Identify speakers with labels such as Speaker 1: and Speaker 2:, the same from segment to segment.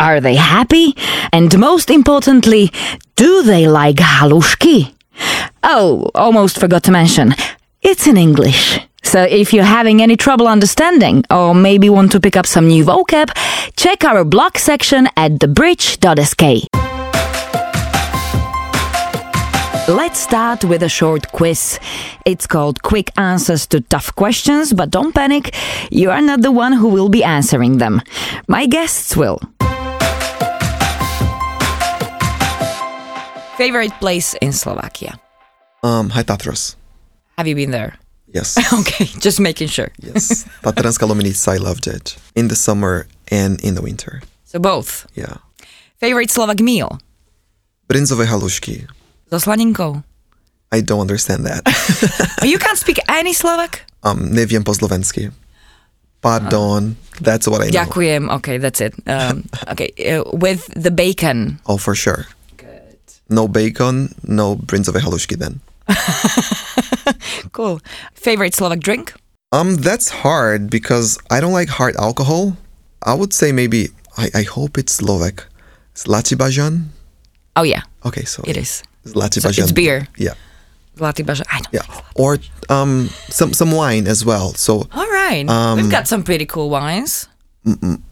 Speaker 1: Are they happy? And most importantly, do they like halushki? Oh, almost forgot to mention, it's in English. So if you're having any trouble understanding or maybe want to pick up some new vocab, check our blog section at thebridge.sk. Let's start with a short quiz. It's called Quick Answers to Tough Questions, but don't panic, you are not the one who will be answering them. My guests will.
Speaker 2: Favorite place in Slovakia?
Speaker 3: Um, hi, Tatras.
Speaker 2: Have you been there?
Speaker 3: Yes.
Speaker 2: Okay, just making sure.
Speaker 3: yes. Tatranska Lomenica, I loved it. In the summer and in the winter.
Speaker 2: So both.
Speaker 3: Yeah.
Speaker 2: Favorite Slovak meal?
Speaker 3: Brinzové halušky.
Speaker 2: So slaninkou.
Speaker 3: I don't understand that.
Speaker 2: Oh, you can't speak any Slovak?
Speaker 3: um, neviem po slovensky. Pardon. That's what I know.
Speaker 2: Ďakujem. Okay, that's it. Um, okay, uh, with the bacon.
Speaker 3: Oh, for sure. No bacon, no brinzové halušky then.
Speaker 2: Cool. Favorite Slovak drink?
Speaker 3: Um, that's hard because I don't like hard alcohol. I would say maybe, I, I hope it's Slovak. Zlatibajan?
Speaker 2: Oh yeah,
Speaker 3: Okay, so
Speaker 2: it is.
Speaker 3: Zlatibajan.
Speaker 2: So it's beer.
Speaker 3: Yeah.
Speaker 2: Zlatý bažan. I don't
Speaker 3: Yeah,
Speaker 2: like
Speaker 3: or um, some some wine as well. So
Speaker 2: All right.
Speaker 3: Um,
Speaker 2: We've got some pretty cool wines.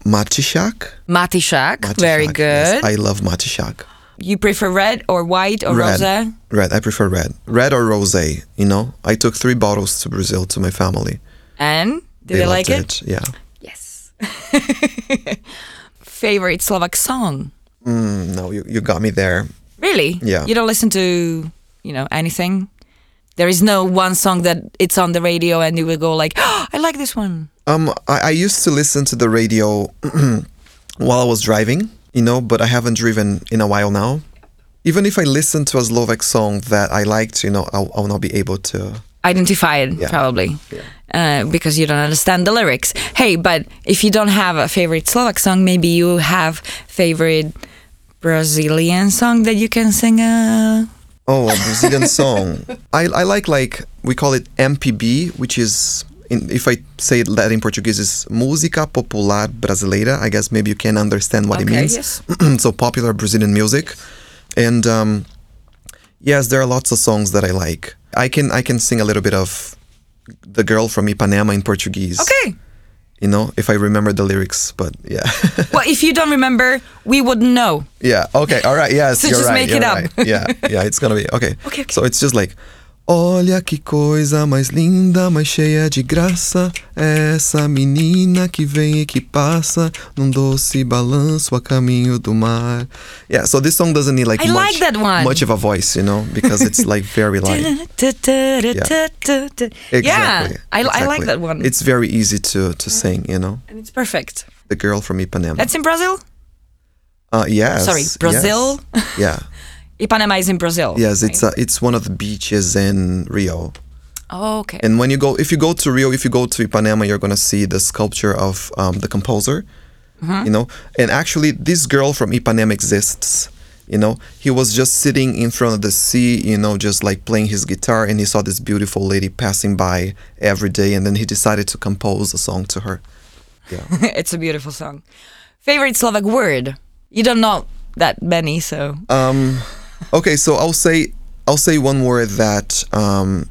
Speaker 3: matishak,
Speaker 2: Matišák,
Speaker 3: matishak
Speaker 2: very good.
Speaker 3: yes, I love matishak.
Speaker 2: you prefer red or white or
Speaker 3: Red,
Speaker 2: rosé?
Speaker 3: red. I prefer red, red or rosé. You know, I took three bottles to Brazil to my family.
Speaker 2: And did they, like it?
Speaker 3: loved Yeah,
Speaker 2: Yes. Favorite Slovak song?
Speaker 3: Mm, no, you, you got me there.
Speaker 2: Really?
Speaker 3: Yeah.
Speaker 2: You don't listen to, you know, anything? There is no one song that it's on the radio and you will go like, oh, I like this one.
Speaker 3: Um, I, I used to listen to the radio while I was driving, you know, but I haven't driven in a while now. Even if I listen to a Slovak song that I liked, you know, I, I will not be able to.
Speaker 2: Identify it, probably. Uh, because you don't understand the lyrics. Hey, but if you don't have a favorite Slovak song, maybe you have favorite Brazilian song that you can sing. Uh,
Speaker 3: Oh, a Brazilian song. I, I like like we call it MPB, which is in, if I say it Latin Portuguese is música popular brasileira. I guess maybe you can understand what it
Speaker 2: Okay,
Speaker 3: means.
Speaker 2: yes.
Speaker 3: so popular Brazilian music, and um, yes, there are lots of songs that I like. I can I can sing a little bit of the girl from Ipanema in Portuguese.
Speaker 2: okay.
Speaker 3: You know, if I remember the lyrics, but yeah,
Speaker 2: well, if you don't remember, we wouldn't know.
Speaker 3: yeah. Okay, all right. Yes,
Speaker 2: So
Speaker 3: you're
Speaker 2: just
Speaker 3: right.
Speaker 2: make
Speaker 3: you're
Speaker 2: it up.
Speaker 3: right. Yeah, yeah. It's gonna be okay.
Speaker 2: Okay, okay.
Speaker 3: So it's just like, olha que coisa mais linda, mais cheia de graça, é essa menina que vem e que passa num doce balanço a caminho do mar. Yeah. So this song doesn't need like
Speaker 2: I
Speaker 3: much,
Speaker 2: like that one.
Speaker 3: much of a voice, you know, because it's like very light.
Speaker 2: Yeah,
Speaker 3: Exactly.
Speaker 2: I, I like
Speaker 3: exactly.
Speaker 2: that one. It's
Speaker 3: It's very easy to to sing, you know.
Speaker 2: and it's perfect.
Speaker 3: The girl from Ipanema.
Speaker 2: That's in Brazil.
Speaker 3: uh, yes.
Speaker 2: sorry,
Speaker 3: yes.
Speaker 2: Brazil?
Speaker 3: Yeah.
Speaker 2: Ipanema is in Brazil.
Speaker 3: Yes, it's uh, it's one of the beaches in Rio.
Speaker 2: Oh, okay.
Speaker 3: And when you go, if you go to Rio, if you go to Ipanema, you're gonna see the sculpture of um, the composer. You know, and actually, this girl from Ipanema exists. You know, he was just sitting in front of the sea, you know, just like playing his guitar, and he saw this beautiful lady passing by every day, and then he decided to compose a song to her.
Speaker 2: it's a beautiful song. Favorite Slovak word? You don't know that many, so
Speaker 3: Um, okay, so I'll say I'll say one word that um,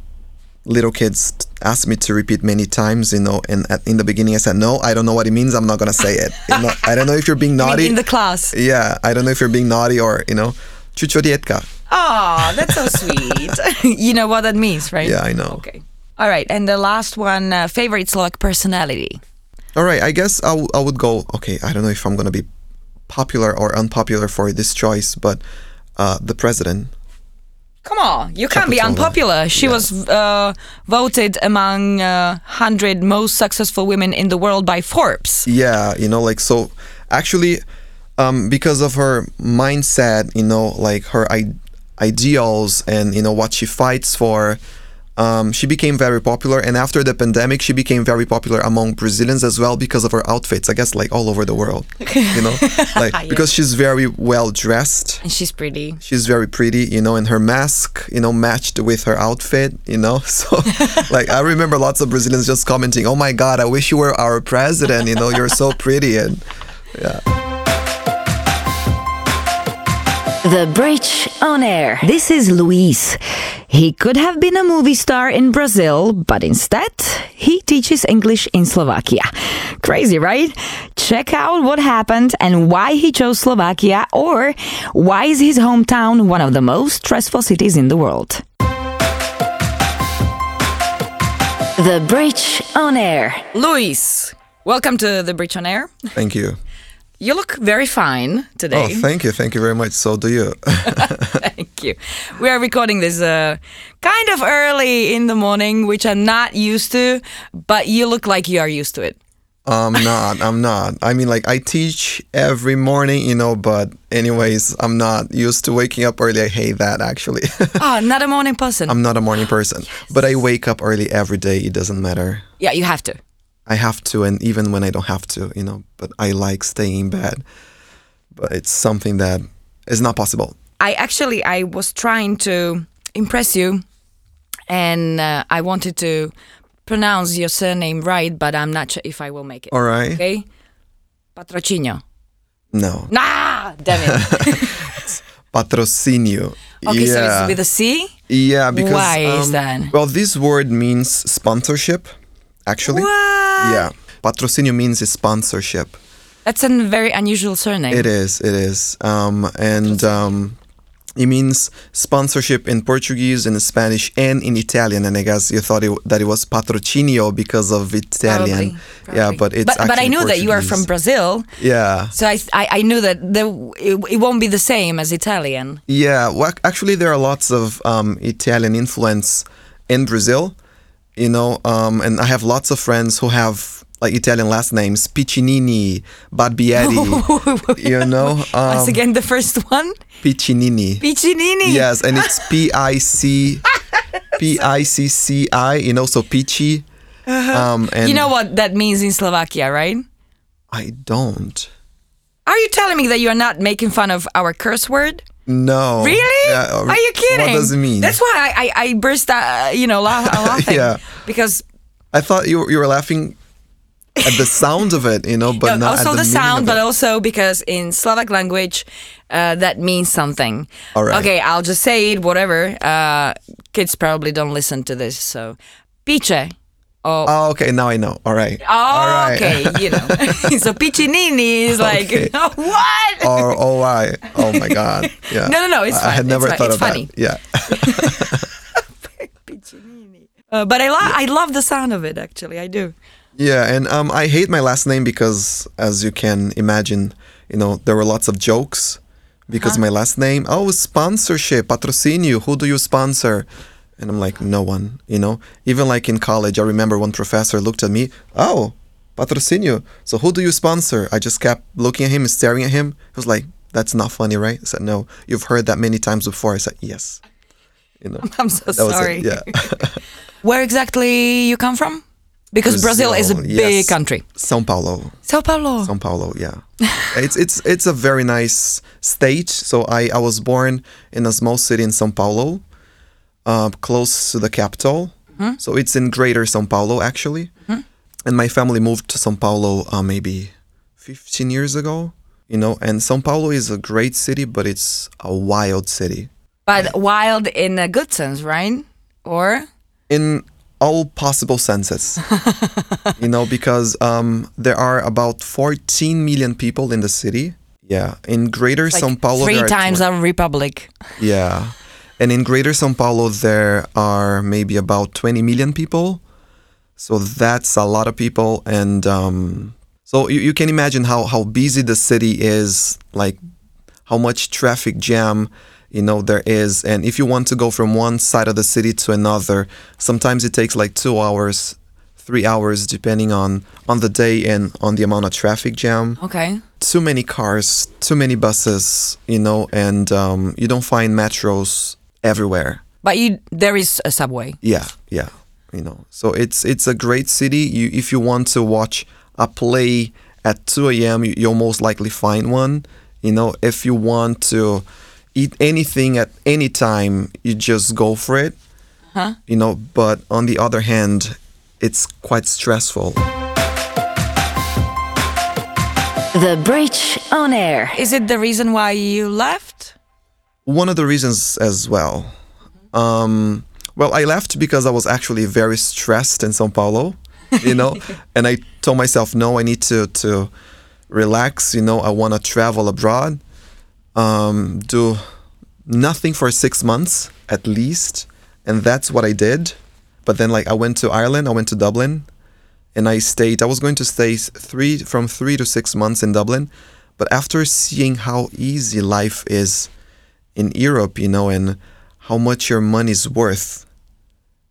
Speaker 3: little kids asked me to repeat many times. You know, and at, in the beginning I said no, I don't know what it means. I'm not gonna say it. You know, I don't know if you're
Speaker 2: I
Speaker 3: being
Speaker 2: mean,
Speaker 3: naughty.
Speaker 2: in the class.
Speaker 3: yeah, I don't know if you're being naughty or you know, chuchodietka.
Speaker 2: Oh, that's so sweet. you know what that means, right?
Speaker 3: Yeah, I know.
Speaker 2: Okay. All right, and the last one, uh, favorite Slovak personality.
Speaker 3: All right, I guess I, w- I would go. Okay, I don't know if I'm gonna be popular or unpopular for this choice, but uh, the president.
Speaker 2: Come on, you can't be
Speaker 3: Kapitova.
Speaker 2: unpopular. She was uh, voted among uh, 100 most successful women in the world by Forbes.
Speaker 3: Yeah, you know, like so. Actually, um, because of her mindset, you know, like her I- ideals and you know what she fights for. Um, she became very popular, and after the pandemic, she became very popular among Brazilians as well because of her outfits. I guess like all over the world, you know, like because she's very well dressed.
Speaker 2: And she's pretty.
Speaker 3: She's very pretty, you know, and her mask, you know, matched with her outfit, you know. So, like, I remember lots of Brazilians just commenting, "Oh my God, I wish you were our president." You know, you're so pretty, and yeah.
Speaker 1: The Bridge on Air. This is Luis. He could have been a movie star in Brazil, but instead, he teaches English in Slovakia. Crazy, right? Check out what happened and why he chose Slovakia, or why is his hometown one of the most stressful cities in the world. The Bridge on Air.
Speaker 2: Luis, welcome to The Bridge on Air.
Speaker 3: Thank you.
Speaker 2: You look very fine today.
Speaker 3: Oh, thank you, thank you very much. So do you.
Speaker 2: Thank you. We are recording this uh, kind of early in the morning, which I'm not used to, but you look like you are used to it.
Speaker 3: I'm not. I'm not. I mean, like I teach every morning, you know. But anyways, I'm not used to waking up early. I hate that actually.
Speaker 2: Oh, not a morning person.
Speaker 3: I'm not a morning person, but I wake up early every day. It doesn't matter.
Speaker 2: yeah, you have to.
Speaker 3: I have to, and even when I don't have to, you know, but I like staying in bed. But it's something that is not possible.
Speaker 2: I actually I was trying to impress you, and uh, I wanted to pronounce your surname right, but I'm not sure if I will make it.
Speaker 3: All right.
Speaker 2: Okay, Patrocinio.
Speaker 3: No.
Speaker 2: Nah, damn it.
Speaker 3: Patrocinio.
Speaker 2: Okay, so
Speaker 3: yeah.
Speaker 2: it's with a C.
Speaker 3: yeah, because.
Speaker 2: Why is
Speaker 3: um,
Speaker 2: that?
Speaker 3: Well, this word means sponsorship, actually.
Speaker 2: What?
Speaker 3: Yeah. Patrocinio means is sponsorship.
Speaker 2: That's a very unusual surname.
Speaker 3: It is. It is. Um, and um, it means sponsorship in Portuguese and Spanish and in Italian. And I guess you thought it, that it was patrocinio because of Italian.
Speaker 2: Probably,
Speaker 3: Yeah,
Speaker 2: probably.
Speaker 3: but it's
Speaker 2: but, but I
Speaker 3: actually
Speaker 2: knew that you are from Brazil,
Speaker 3: Portuguese. Yeah.
Speaker 2: so I I, I knew that the, it, it won't be the same as Italian.
Speaker 3: Yeah, well, ac- actually, there are lots of um, Italian influence in Brazil, you know, um, and I have lots of friends who have like Italian last names, Piccinini, Barbieri, you know,
Speaker 2: Once
Speaker 3: um,
Speaker 2: again, the first one,
Speaker 3: Piccinini.
Speaker 2: Piccinini.
Speaker 3: Yes, and it's P I C P I C C I, you know, so Pichi. Um, and
Speaker 2: Uh-huh. You know what that means in Slovakia, right?
Speaker 3: I don't.
Speaker 2: Are you telling me that you are not making fun of our curse word?
Speaker 3: No.
Speaker 2: Really?
Speaker 3: Yeah, uh,
Speaker 2: Are you kidding?
Speaker 3: What does it mean?
Speaker 2: That's why I, I, I burst out, uh, you know, laugh, laughing.
Speaker 3: Yeah.
Speaker 2: Because
Speaker 3: I thought you were, you were laughing at the sound of it, you know, but
Speaker 2: No,
Speaker 3: not at
Speaker 2: also
Speaker 3: the,
Speaker 2: the,
Speaker 3: meaning
Speaker 2: sound,
Speaker 3: of
Speaker 2: but
Speaker 3: it.
Speaker 2: also because in Slovak language, uh, that means something.
Speaker 3: All right.
Speaker 2: Okay, I'll just say it. Whatever. Uh, kids probably don't listen to this, so piche. Oh,
Speaker 3: Oh, okay. Now I know. All right.
Speaker 2: oh
Speaker 3: All right.
Speaker 2: okay. You know, so piccinini is like
Speaker 3: Okay.
Speaker 2: what?
Speaker 3: Or oh, I. Oh my God. Yeah.
Speaker 2: No, no, no, it's fine,
Speaker 3: I, I had
Speaker 2: it's
Speaker 3: never
Speaker 2: fine,
Speaker 3: thought
Speaker 2: it's
Speaker 3: of
Speaker 2: funny.
Speaker 3: that. Yeah.
Speaker 2: Uh, but I love I love the sound of it. Actually, I do.
Speaker 3: Yeah, and um, I hate my last name because, as you can imagine, you know there were lots of jokes because
Speaker 2: Uh-huh.
Speaker 3: my last name. Oh, sponsorship, patrocinio. Who do you sponsor? And I'm like, no one. You know, even like in college, I remember one professor looked at me. Oh, patrocinio. So who do you sponsor? I just kept looking at him and staring at him. He was like, that's not funny, right? I said, no. You've heard that many times before. I said, yes. You know,
Speaker 2: I'm so
Speaker 3: that was
Speaker 2: sorry.
Speaker 3: it. Yeah.
Speaker 2: Where exactly you come from? Because Brazil, is a
Speaker 3: Brazil,
Speaker 2: big
Speaker 3: yes.
Speaker 2: country.
Speaker 3: Sao Paulo.
Speaker 2: Sao Paulo.
Speaker 3: São Paulo, yeah. it's it's it's a very nice state. So I I was born in a small city in São Paulo, uh, close to the capital. So it's in Greater São Paulo actually. And my family moved to São Paulo uh, maybe 15 years ago. You know, and São Paulo is a great city, but it's a wild city.
Speaker 2: but wild in a good sense, right? Or
Speaker 3: in all possible senses. you know, because um, there are about 14 million people in the city. Yeah, in Greater
Speaker 2: like
Speaker 3: São Paulo,
Speaker 2: three
Speaker 3: there are
Speaker 2: times our republic.
Speaker 3: twen- yeah, and in Greater São Paulo there are maybe about 20 million people. So that's a lot of people, and um, so you, you can imagine how how busy the city is, like how much traffic jam you know there is and if you want to go from one side of the city to another sometimes it takes like two hours three hours depending on on the day and on the amount of traffic jam
Speaker 2: Okay.
Speaker 3: too many cars too many buses you know and um, you don't find metros everywhere
Speaker 2: But you, there is a subway.
Speaker 3: yeah yeah you know so it's it's a great city you if you want to watch a play at 2 a.m you, you'll most likely find one you know if you want to eat anything at any time you just go for it huh? you know but on the other hand it's quite stressful
Speaker 1: The Bridge on Air.
Speaker 2: Is it the reason why you left?
Speaker 3: one of the reasons as well. Um, well, I left because I was actually very stressed in São Paulo, you know, and I told myself, no, I need to to relax. You know, I want to travel abroad, um, do nothing for six months at least, and that's what I did. But then, like, I went to Ireland, I went to Dublin, and I stayed. I was going to stay s- three from three to six months in Dublin, but after seeing how easy life is in Europe, you know, and how much your money's worth.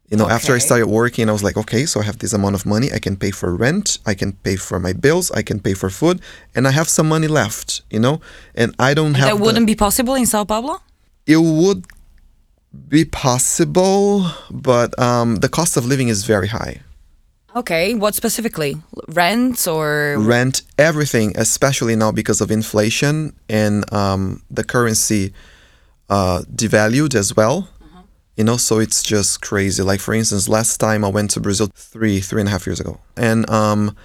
Speaker 3: You know, after I
Speaker 2: Okay.
Speaker 3: started working, I was like, okay, so I have this amount of money. I can pay for rent. I can pay for my bills. I can pay for food, and I have some money left. You know, and I don't have
Speaker 2: That
Speaker 3: the-
Speaker 2: wouldn't be possible in Sao Paulo?
Speaker 3: it would be possible, but um, the cost of living is very high.
Speaker 2: Okay. What specifically? Rent or.
Speaker 3: Rent, everything, especially now because of inflation and um, the currency uh, devalued as well. You know, so it's just crazy. Like for instance, last time I went to Brazil three, three and a half years ago, and um,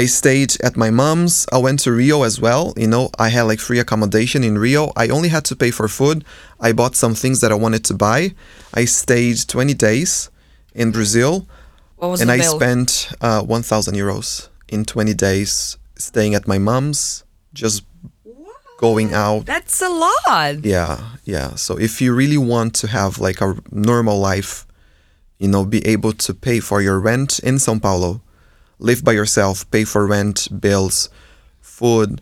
Speaker 3: I stayed at my mom's. I went to Rio as well. You know, I had like free accommodation in Rio. I only had to pay for food. I bought some things that I wanted to buy. I stayed 20 days in Brazil,
Speaker 2: What was
Speaker 3: and
Speaker 2: the
Speaker 3: I
Speaker 2: bill?
Speaker 3: spent uh, 1,000 euros in 20 days staying at my mom's, just going out.
Speaker 2: That's a lot.
Speaker 3: Yeah, yeah. So if you really want to have like a normal life, you know, be able to pay for your rent in São Paulo, live by yourself, pay for rent, bills, food,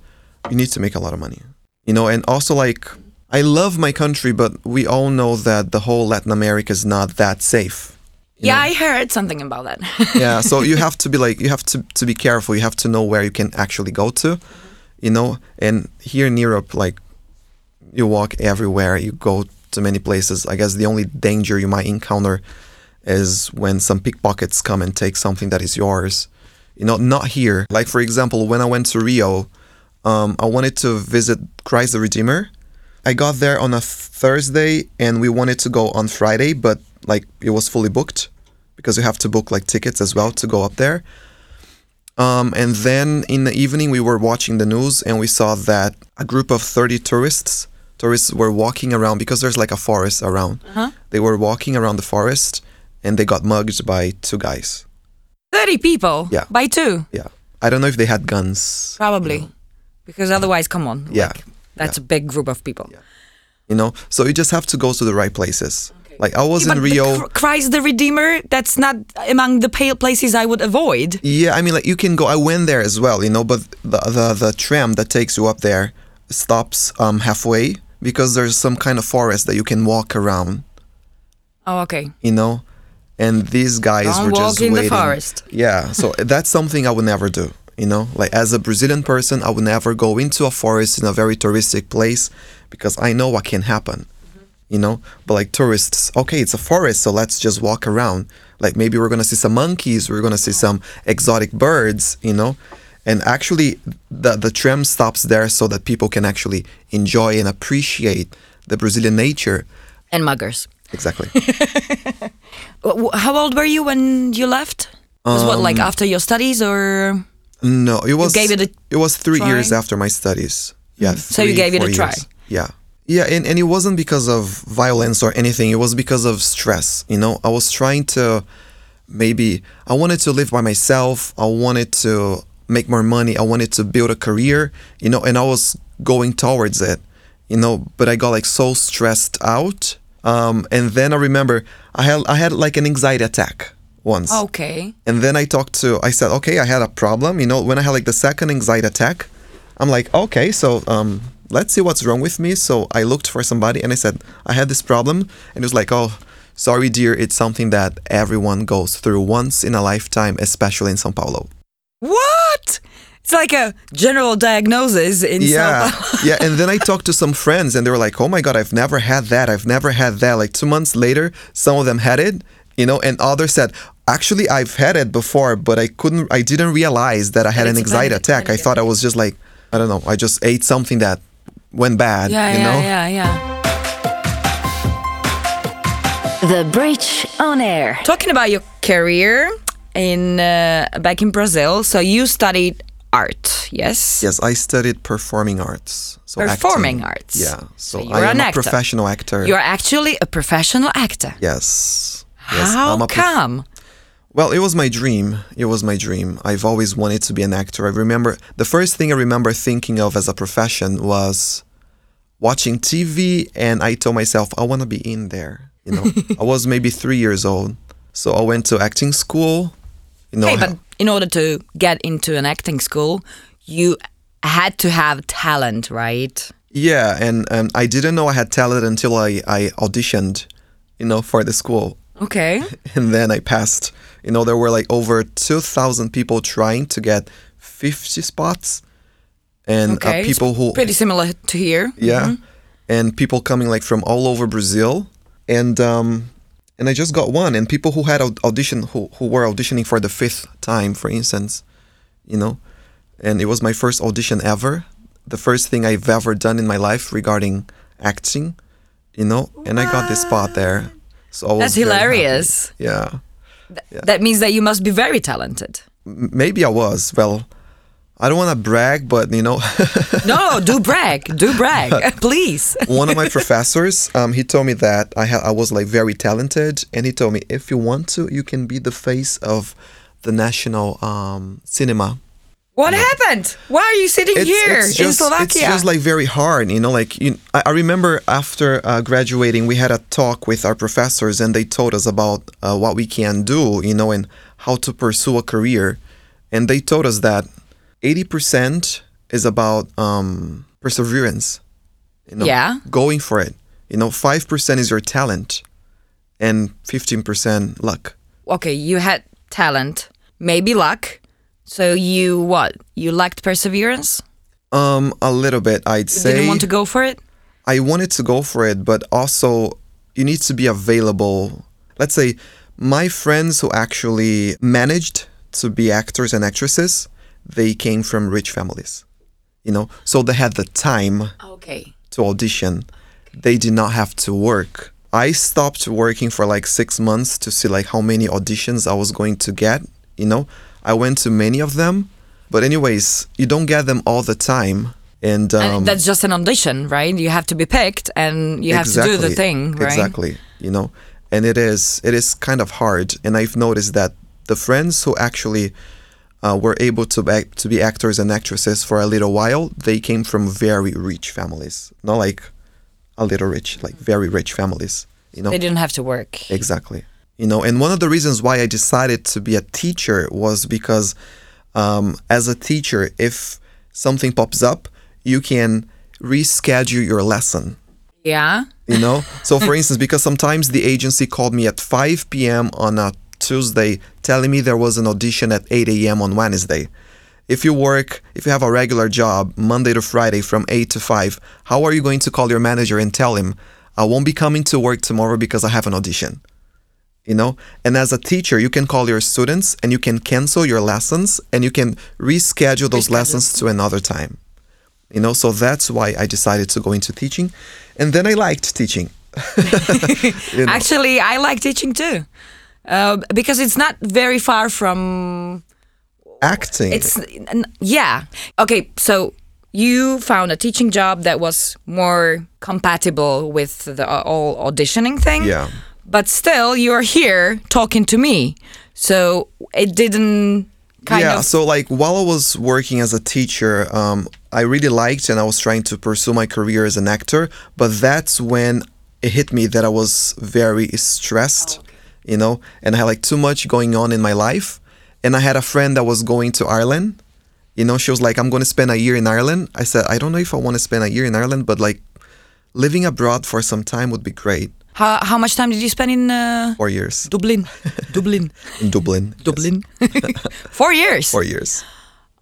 Speaker 3: you need to make a lot of money. You know, and also like I love my country, but we all know that the whole Latin America is not that safe.
Speaker 2: Yeah, I heard something about that.
Speaker 3: Yeah, so you have to be like you have to to be careful. You have to know where you can actually go to, you know. And here in Europe, like you walk everywhere, you go to many places. I guess the only danger you might encounter is when some pickpockets come and take something that is yours. You know, not here. Like for example, when I went to Rio, um, I wanted to visit Christ the Redeemer. I got there on a Thursday and we wanted to go on Friday, but like it was fully booked because you have to book like tickets as well to go up there. Um, and then in the evening, we were watching the news and we saw that a group of 30 tourists tourists were walking around because there's like a forest around.
Speaker 2: Uh-huh.
Speaker 3: They were walking around the forest and they got mugged by two guys.
Speaker 2: 30 people
Speaker 3: Yeah.
Speaker 2: by two,
Speaker 3: Yeah, I don't know if they had guns.
Speaker 2: probably. Because otherwise, come on.
Speaker 3: Yeah.
Speaker 2: That's a big group of people.
Speaker 3: You know, so you just have to go to the right places. Like I was
Speaker 2: Yeah,
Speaker 3: in
Speaker 2: but the
Speaker 3: Rio.
Speaker 2: Cr- Christ the Redeemer, that's not among the pale places I would avoid.
Speaker 3: Yeah, I mean, like you can go. I went there as well, you know, but the the, the tram that takes you up there stops um, halfway because there's some kind of forest that you can walk around,
Speaker 2: Oh, okay.
Speaker 3: you know, and these guys
Speaker 2: Don't
Speaker 3: were
Speaker 2: walk
Speaker 3: just
Speaker 2: in the
Speaker 3: waiting.
Speaker 2: forest.
Speaker 3: Yeah, so that's something I would never do, you know. Like as a Brazilian person, I would never go into a forest in a very touristic place because I know what can happen.
Speaker 2: Mm-hmm.
Speaker 3: You know, but like tourists, okay, it's a forest, so let's just walk around. Like maybe we're gonna see some monkeys, we're gonna see some exotic birds, you know. And actually, the the tram stops there so that people can actually enjoy and appreciate the Brazilian nature.
Speaker 2: And muggers.
Speaker 3: Exactly.
Speaker 2: W- w- How old were you when you left? Was what like after your studies or
Speaker 3: No, it was.
Speaker 2: gave it a
Speaker 3: was three
Speaker 2: try? Mm-hmm.
Speaker 3: years after my studies. Yeah.
Speaker 2: So you
Speaker 3: three,
Speaker 2: gave it
Speaker 3: four
Speaker 2: a try.
Speaker 3: years. Yeah. Yeah, and, and it wasn't because of violence or anything. It was because of stress. You know, I was trying to maybe, I wanted to live by myself. I wanted to make more money. I wanted to build a career, you know, and I was going towards it, you know, but I got like so stressed out. Um, and then I remember I had, I had like an anxiety attack once.
Speaker 2: Oh, okay?
Speaker 3: And then I talked to, I said, okay, I had a problem. You know, when I had like the second anxiety attack, I'm like, okay, so um, let's see what's wrong with me. So I looked for somebody and I said, I had this problem. And it was like, oh, Sorry, dear, it's something that everyone goes through once in a lifetime, especially in Sao Paulo.
Speaker 2: What? It's like a general diagnosis in Sao
Speaker 3: yeah,
Speaker 2: Paulo.
Speaker 3: yeah. And then I talked to some friends, and they were like, "Oh my god, I've never had that. I've never had that." Like two months later, some of them had it, you know, and others said, "Actually, I've had it before, but I couldn't. I didn't realize that I had an
Speaker 2: it's a
Speaker 3: anxiety
Speaker 2: panic-
Speaker 3: attack. I
Speaker 2: panic
Speaker 3: thought I was just like, I don't know. I just ate something that went bad.
Speaker 2: Yeah,
Speaker 3: you
Speaker 2: yeah,
Speaker 3: know."
Speaker 2: yeah, yeah.
Speaker 1: The Bridge on Air.
Speaker 2: Talking about your career in uh, back in Brazil, so you studied art, yes?
Speaker 3: Yes, I studied performing arts. So acting.
Speaker 2: Performing arts.
Speaker 3: Yeah. So,
Speaker 2: So you
Speaker 3: I
Speaker 2: were
Speaker 3: am
Speaker 2: an
Speaker 3: a
Speaker 2: actor.
Speaker 3: professional actor.
Speaker 2: You're actually a professional actor.
Speaker 3: yes. Yes,
Speaker 2: How
Speaker 3: I'm a prof-
Speaker 2: come?
Speaker 3: Well, it was my dream. It was my dream. I've always wanted to be an actor. I remember the first thing I remember thinking of as a profession was watching TV, and I told myself, I want to be in there. You know, I was maybe three years old. So I went to acting school. You know,
Speaker 2: Hey, but in order to get into an acting school, you had to have talent, right?
Speaker 3: Yeah, and um, I didn't know I had talent until I, I auditioned, you know, for the school.
Speaker 2: Okay.
Speaker 3: and then I passed. You know, there were like over 2,000 people trying to get 50 spots, and uh,
Speaker 2: Okay.
Speaker 3: people who
Speaker 2: Pretty Mm-hmm. similar to here.
Speaker 3: yeah, and people coming like from all over Brazil, and um, and I just got one, and people who had au- audition who who were auditioning for the fifth time, for instance, you know, and it was my first audition ever, the first thing I've ever done in my life regarding acting, you know, and I got this spot there. So I was
Speaker 2: That's
Speaker 3: very happy.
Speaker 2: hilarious.
Speaker 3: Yeah.
Speaker 2: That means that you must be very talented.
Speaker 3: maybe I was. Well, I don't want to brag, but you know,
Speaker 2: No, do brag, do brag, please.
Speaker 3: one of my professors, um, he told me that I ha- I was like very talented, and he told me if you want to, you can be the face of the national um, cinema.
Speaker 2: What happened? Why are you sitting here in Slovakia?
Speaker 3: It's just like very hard, you know. Like you, I, I remember after uh, graduating, we had a talk with our professors, and they told us about uh, what we can do, you know, and how to pursue a career. And they told us that eighty percent is about um, perseverance, you know,
Speaker 2: Yeah.
Speaker 3: going for it. You know, five percent is your talent, and fifteen percent luck.
Speaker 2: okay, you had talent, maybe luck. So you what? You lacked perseverance?
Speaker 3: Um, a little bit, I'd
Speaker 2: You
Speaker 3: say.
Speaker 2: didn't want to go for it?
Speaker 3: I wanted to go for it, but also you need to be available. Let's say my friends who actually managed to be actors and actresses, they came from rich families, you know, so they had the time
Speaker 2: Okay.
Speaker 3: to audition. They did not have to work. I stopped working for like six months to see like how many auditions I was going to get. You know, I went to many of them, but anyways, you don't get them all the time. And, um,
Speaker 2: and that's just an audition, right? You have to be picked and you have to do the thing, right?
Speaker 3: Exactly. You know, and it is it is kind of hard. And I've noticed that the friends who actually uh, were able to be, to be actors and actresses for a little while, they came from very rich families, not like a little rich, like very rich families. You know,
Speaker 2: They didn't have to work.
Speaker 3: Exactly. You know, and one of the reasons why I decided to be a teacher was because, um, as a teacher, if something pops up, you can reschedule your lesson.
Speaker 2: Yeah.
Speaker 3: You know, so for instance, because sometimes the agency called me at 5 p.m. on a Tuesday, telling me there was an audition at 8 a.m. on Wednesday. If you work, if you have a regular job Monday to Friday from 8 to 5, how are you going to call your manager and tell him, I won't be coming to work tomorrow because I have an audition? you know and as a teacher you can call your students and you can cancel your lessons and you can reschedule those lessons to another time you know so that's why i decided to go into teaching and then i liked teaching You know.
Speaker 2: Actually, I like teaching too. Uh, because it's not very far from
Speaker 3: acting
Speaker 2: it's n- yeah okay so you found a teaching job that was more compatible with the uh, all auditioning thing
Speaker 3: Yeah.
Speaker 2: but still you're here talking to me so it didn't kind
Speaker 3: yeah
Speaker 2: of
Speaker 3: so like while i was working as a teacher um, i really liked and i was trying to pursue my career as an actor but that's when it hit me that i was very
Speaker 2: Oh,
Speaker 3: stressed you know and i had like too much going on in my life and i had a friend that was going to ireland you know she was like i'm going to spend a year in ireland i said i don't know if i want to spend a year in ireland but like living abroad for some time would be great
Speaker 2: How, how much time did you spend in uh,
Speaker 3: Four years.
Speaker 2: Dublin? Dublin.
Speaker 3: In Dublin. yes.
Speaker 2: Dublin. Four years.
Speaker 3: Four years.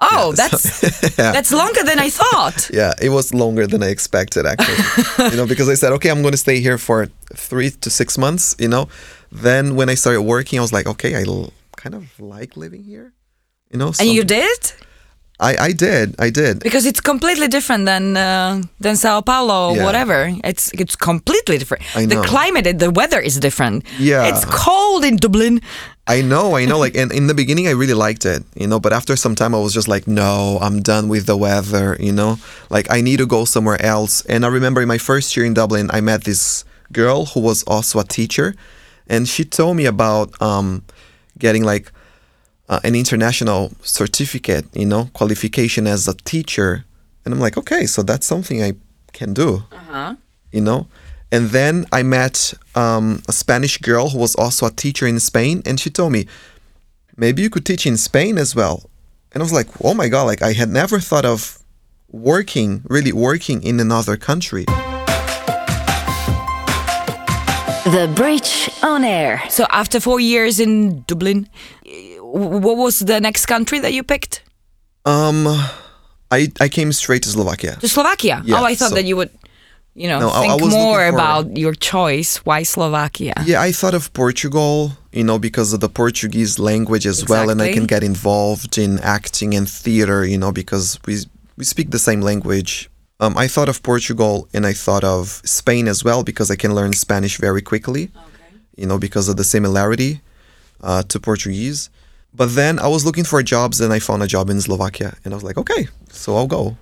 Speaker 2: Oh, that's that's longer than I thought.
Speaker 3: Yeah, it was longer than I expected actually. you know, because I said, okay, I'm going to stay here for three to six months. You know, then when I started working, I was like, okay, I l- kind of like living here. You know,
Speaker 2: And you
Speaker 3: some-
Speaker 2: did?
Speaker 3: I, I did, I did.
Speaker 2: Because it's completely different than uh, than Sao Paulo or
Speaker 3: Yeah.
Speaker 2: whatever. It's it's completely different.
Speaker 3: I
Speaker 2: The
Speaker 3: know.
Speaker 2: climate, and the weather is different.
Speaker 3: Yeah.
Speaker 2: It's cold in Dublin.
Speaker 3: I know, I know. Like, and in the beginning, I really liked it, you know. But after some time, I was just like, no, I'm done with the weather, you know. Like, I need to go somewhere else. And I remember in my first year in Dublin, I met this girl who was also a teacher, and she told me about um, getting like uh, an international certificate, you know, qualification as a teacher. And I'm like, okay, so that's something I can do, you know. And then I met um, a Spanish girl who was also a teacher in Spain, and she told me, maybe you could teach in Spain as well. And I was like, oh my God, like I had never thought of working, really working in another country.
Speaker 1: The Bridge on Air.
Speaker 2: So after four years in Dublin, eh, w- what was the next country that you picked?
Speaker 3: Um, I, I came straight to Slovakia.
Speaker 2: To Slovakia.
Speaker 3: Yeah,
Speaker 2: oh, I thought
Speaker 3: so-
Speaker 2: that you would, you know,
Speaker 3: No, I- I
Speaker 2: think
Speaker 3: was looking
Speaker 2: more
Speaker 3: for-
Speaker 2: about your choice. Why Slovakia?
Speaker 3: Yeah, I thought of Portugal, you know, because of the Portuguese language as well, and
Speaker 2: Exactly.
Speaker 3: I can get involved in acting and theater, you know, because we we speak the same language. Um, I thought of Portugal and I thought of Spain as well because I can learn Spanish very quickly, you know, because of the similarity uh, to Portuguese. But then I was looking for jobs and I found a job in Slovakia, and I was like, okay, so I'll go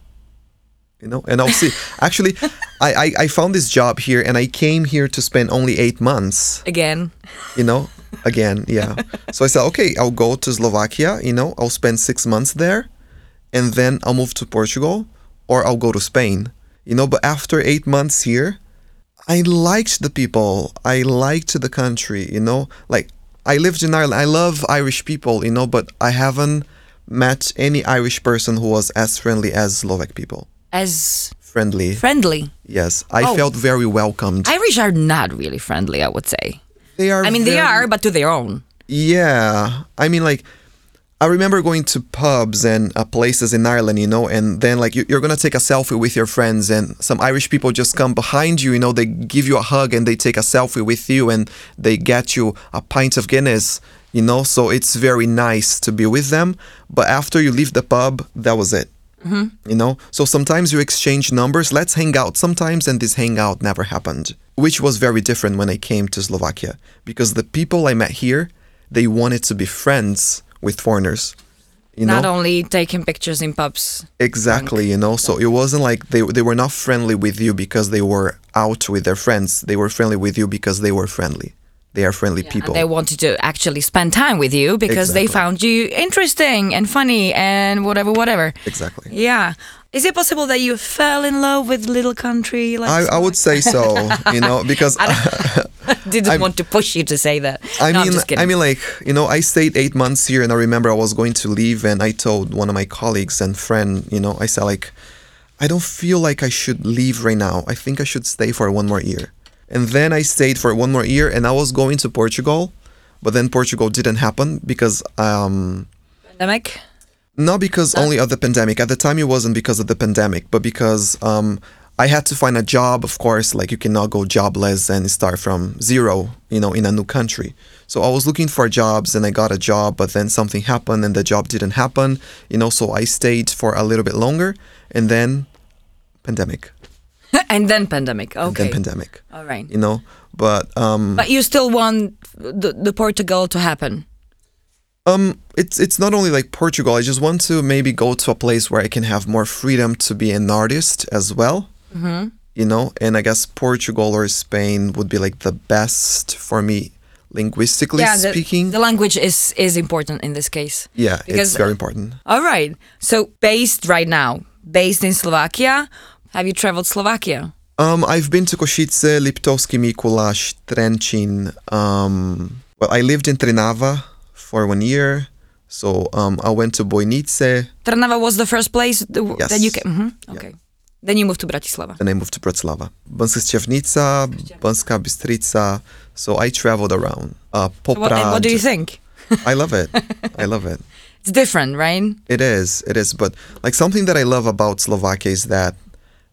Speaker 3: you know and i'll see actually I, I i found this job here and i came here to spend only eight months
Speaker 2: Again.
Speaker 3: you know again yeah so i said okay i'll go to slovakia you know i'll spend six months there and then i'll move to portugal or i'll go to spain you know but after eight months here i liked the people i liked the country you know like i lived in ireland i love irish people you know but i haven't met any irish person who was as friendly as slovak people
Speaker 2: As
Speaker 3: friendly
Speaker 2: friendly.
Speaker 3: Yes, I
Speaker 2: Oh.
Speaker 3: felt very welcomed.
Speaker 2: Irish are not really friendly, I would say.
Speaker 3: they are.
Speaker 2: I mean, they are,
Speaker 3: very-
Speaker 2: but to their own.
Speaker 3: Yeah, I mean, like, I remember going to pubs and uh, places in Ireland, you know, and then like you, you're gonna take a selfie with your friends, and some Irish people just come behind you, you know, they give you a hug and they take a selfie with you, and they get you a pint of Guinness, you know. So it's very nice to be with them, but after you leave the pub, that was it. You know, so sometimes you exchange numbers, let's hang out sometimes, and this hangout never happened, which was very different when I came to Slovakia because the people I met here, they wanted to be friends with foreigners. You
Speaker 2: Not
Speaker 3: know,
Speaker 2: only taking pictures in pubs.
Speaker 3: exactly. You know, so it wasn't like they they were not friendly with you because they were out with their friends. They were friendly with you because they were friendly. They are friendly people.
Speaker 2: And they wanted to actually spend time with you because they
Speaker 3: Exactly.
Speaker 2: found you interesting and funny and whatever, whatever.
Speaker 3: exactly.
Speaker 2: Yeah. Is it possible that you fell in love with little country? Like
Speaker 3: I, I would say so. You know, because
Speaker 2: didn't want to push you to say that.
Speaker 3: I
Speaker 2: no, I'm
Speaker 3: mean,
Speaker 2: just kidding.
Speaker 3: I mean, like you know, I stayed eight months here, and I remember I was going to leave, and I told one of my colleagues and friend, you know, I said like, I don't feel like I should leave right now. I think I should stay for one more year. And then I stayed for one more year, and I was going to Portugal, but then Portugal didn't happen because um,
Speaker 2: pandemic.
Speaker 3: not because only of the pandemic. At the time, it wasn't because of the pandemic, but because um, I had to find a job. Of course, like you cannot go jobless and start from zero, you know, in a new country. So I was looking for jobs, and I got a job, but then something happened, and the job didn't happen, you know. So I stayed for a little bit longer, and then pandemic,
Speaker 2: and then pandemic. Okay.
Speaker 3: then pandemic,
Speaker 2: All right.
Speaker 3: you know. But um,
Speaker 2: But you still want the, the Portugal to happen.
Speaker 3: Um, it's it's not only like Portugal. I just want to maybe go to a place where I can have more freedom to be an artist as well. Mm-hmm. You know, and I guess Portugal or Spain would be like the best for me, linguistically
Speaker 2: the,
Speaker 3: speaking.
Speaker 2: the language is is important in this case.
Speaker 3: yeah, it's
Speaker 2: because-
Speaker 3: very important.
Speaker 2: All right. So based right now, based in Slovakia, have you traveled Slovakia?
Speaker 3: Um, I've been to Košice, Liptovský Mikuláš, Trenčín. Um, well, I lived in Trnava for one year, so um, I went to Bojnice.
Speaker 2: Trnava was the first place th-
Speaker 3: Yes.
Speaker 2: that you came. mhm, Okay. Then you moved to Bratislava.
Speaker 3: Then I moved to Bratislava. Banska Stjavnica, Banska Bystrica. So I traveled around. Uh,
Speaker 2: What,
Speaker 3: Poprad.
Speaker 2: what do you think?
Speaker 3: I love it. I love it.
Speaker 2: It's different, right?
Speaker 3: It is. It is. But like something that I love about Slovakia is that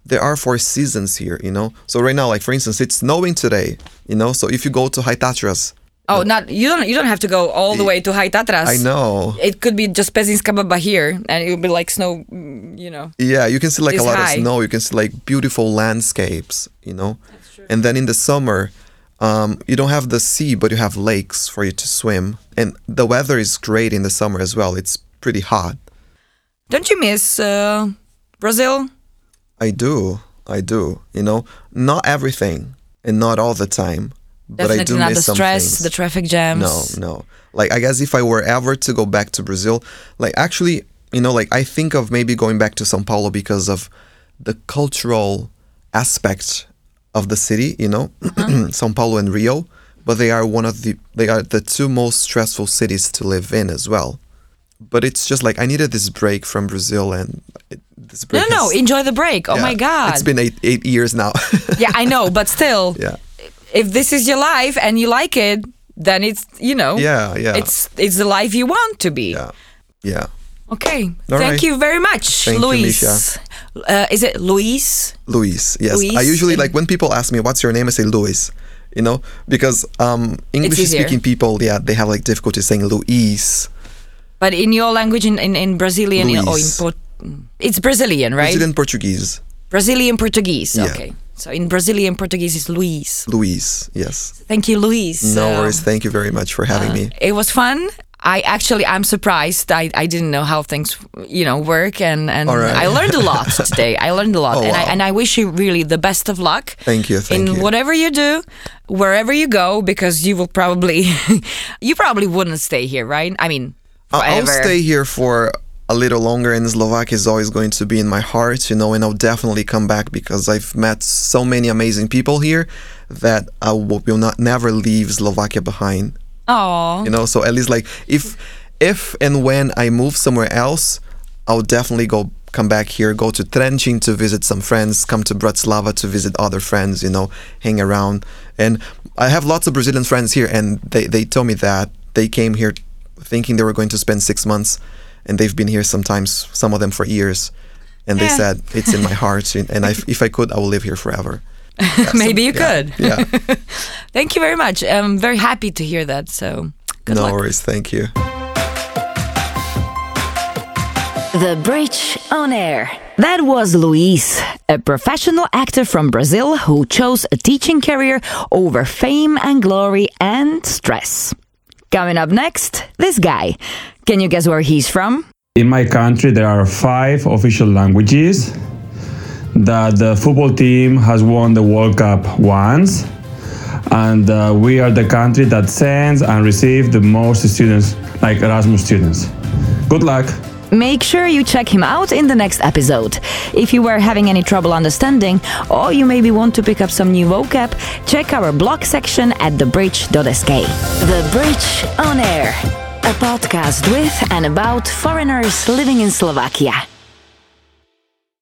Speaker 3: there are four seasons here, you know? So right now, like for instance, it's snowing today, you know? So if you go to High Tatras,
Speaker 2: Oh, not you don't you don't have to go all the way to High Tatras.
Speaker 3: I know.
Speaker 2: It could be just Pezinska Baba here, and it would be like snow, mm, you know.
Speaker 3: Yeah, you can see like
Speaker 2: It's
Speaker 3: a lot
Speaker 2: high.
Speaker 3: of snow. You can see like beautiful landscapes, you know? And then in the summer, um, you don't have the sea, but you have lakes for you to swim. And the weather is great in the summer as well. It's pretty hot.
Speaker 2: Don't you miss uh, Brazil?
Speaker 3: I do. I do. You know, not everything and not all the time, but I
Speaker 2: Definitely
Speaker 3: do
Speaker 2: not
Speaker 3: miss
Speaker 2: the
Speaker 3: some
Speaker 2: stress,
Speaker 3: things.
Speaker 2: the traffic jams.
Speaker 3: no, no. Like I guess if I were ever to go back to Brazil, like actually, you know, like I think of maybe going back to São Paulo because of the cultural aspect of the city, you know,
Speaker 2: Uh-huh.
Speaker 3: São Paulo and Rio, but they are one of the they are the two most stressful cities to live in as well. But it's just like I needed this break from Brazil and it, this
Speaker 2: No,
Speaker 3: break
Speaker 2: no, no,
Speaker 3: has-
Speaker 2: enjoy the break. Oh my
Speaker 3: yeah,
Speaker 2: God.
Speaker 3: It's been eight eight years now.
Speaker 2: yeah, I know, but still,
Speaker 3: Yeah.
Speaker 2: if this is your life and you like it, then it's you know,
Speaker 3: Yeah, yeah.
Speaker 2: it's it's the life you want to be.
Speaker 3: yeah. Yeah.
Speaker 2: Okay,
Speaker 3: All
Speaker 2: thank
Speaker 3: right.
Speaker 2: you very much,
Speaker 3: Thank you,
Speaker 2: Luis.
Speaker 3: Misha.
Speaker 2: uh, is it Luis?
Speaker 3: Luis. Yes. I
Speaker 2: Luis,
Speaker 3: usually
Speaker 2: and-
Speaker 3: like when people ask me what's your name, I say Luis. You know, because um, English
Speaker 2: easier.
Speaker 3: speaking people, yeah, they have like difficulty saying Luis.
Speaker 2: But in your language, in in, in Brazilian in- or in
Speaker 3: Luis.
Speaker 2: Port- it's Brazilian, right?
Speaker 3: Brazilian Portuguese,
Speaker 2: Brazilian Portuguese.
Speaker 3: Yeah.
Speaker 2: Okay, so in Brazilian Portuguese is Luis.
Speaker 3: Luis. Yes.
Speaker 2: Thank you, Luis.
Speaker 3: No
Speaker 2: Uh,
Speaker 3: worries. Thank you very much for having me.
Speaker 2: It was fun. I actually I'm surprised. I, I didn't know how things you know work and and
Speaker 3: All right.
Speaker 2: I learned a lot today. I learned a lot
Speaker 3: Oh,
Speaker 2: and I
Speaker 3: wow.
Speaker 2: and I wish you really the best of luck.
Speaker 3: Thank you, thank
Speaker 2: in
Speaker 3: you.
Speaker 2: whatever you do, wherever you go because you will probably you probably wouldn't stay here, right? I mean,
Speaker 3: I- I'll
Speaker 2: forever.
Speaker 3: stay here for a little longer, and Slovakia is always going to be in my heart, you know, and I'll definitely come back because I've met so many amazing people here that I will will not never leave Slovakia behind.
Speaker 2: Aw.
Speaker 3: you know so at least like if if and when i move somewhere else i'll definitely go come back here go to trencin to visit some friends come to bratislava to visit other friends you know hang around and i have lots of brazilian friends here and they they told me that they came here thinking they were going to spend six months and they've been here sometimes some of them for years and they
Speaker 2: Yeah.
Speaker 3: said it's in my heart and and I, if i could i will live here forever
Speaker 2: Maybe you
Speaker 3: Yeah,
Speaker 2: could.
Speaker 3: yeah
Speaker 2: Thank you very much. I'm very happy to hear that. So, good
Speaker 3: no
Speaker 2: luck.
Speaker 3: worries thank you
Speaker 1: The Bridge on Air. That was Luis, a professional actor from Brazil who chose a teaching career over fame and glory and stress. Coming up next, this guy. Can you guess where he's from?
Speaker 4: In my country, there are five official languages. That the football team has won the World Cup once, and uh, we are the country that sends and receives the most students, like Erasmus students. Good luck.
Speaker 1: Make sure you check him out in the next episode. If you were having any trouble understanding, or you maybe want to pick up some new vocab, check our blog section at thebridge.sk. The Bridge on Air, a podcast with and about foreigners living in Slovakia.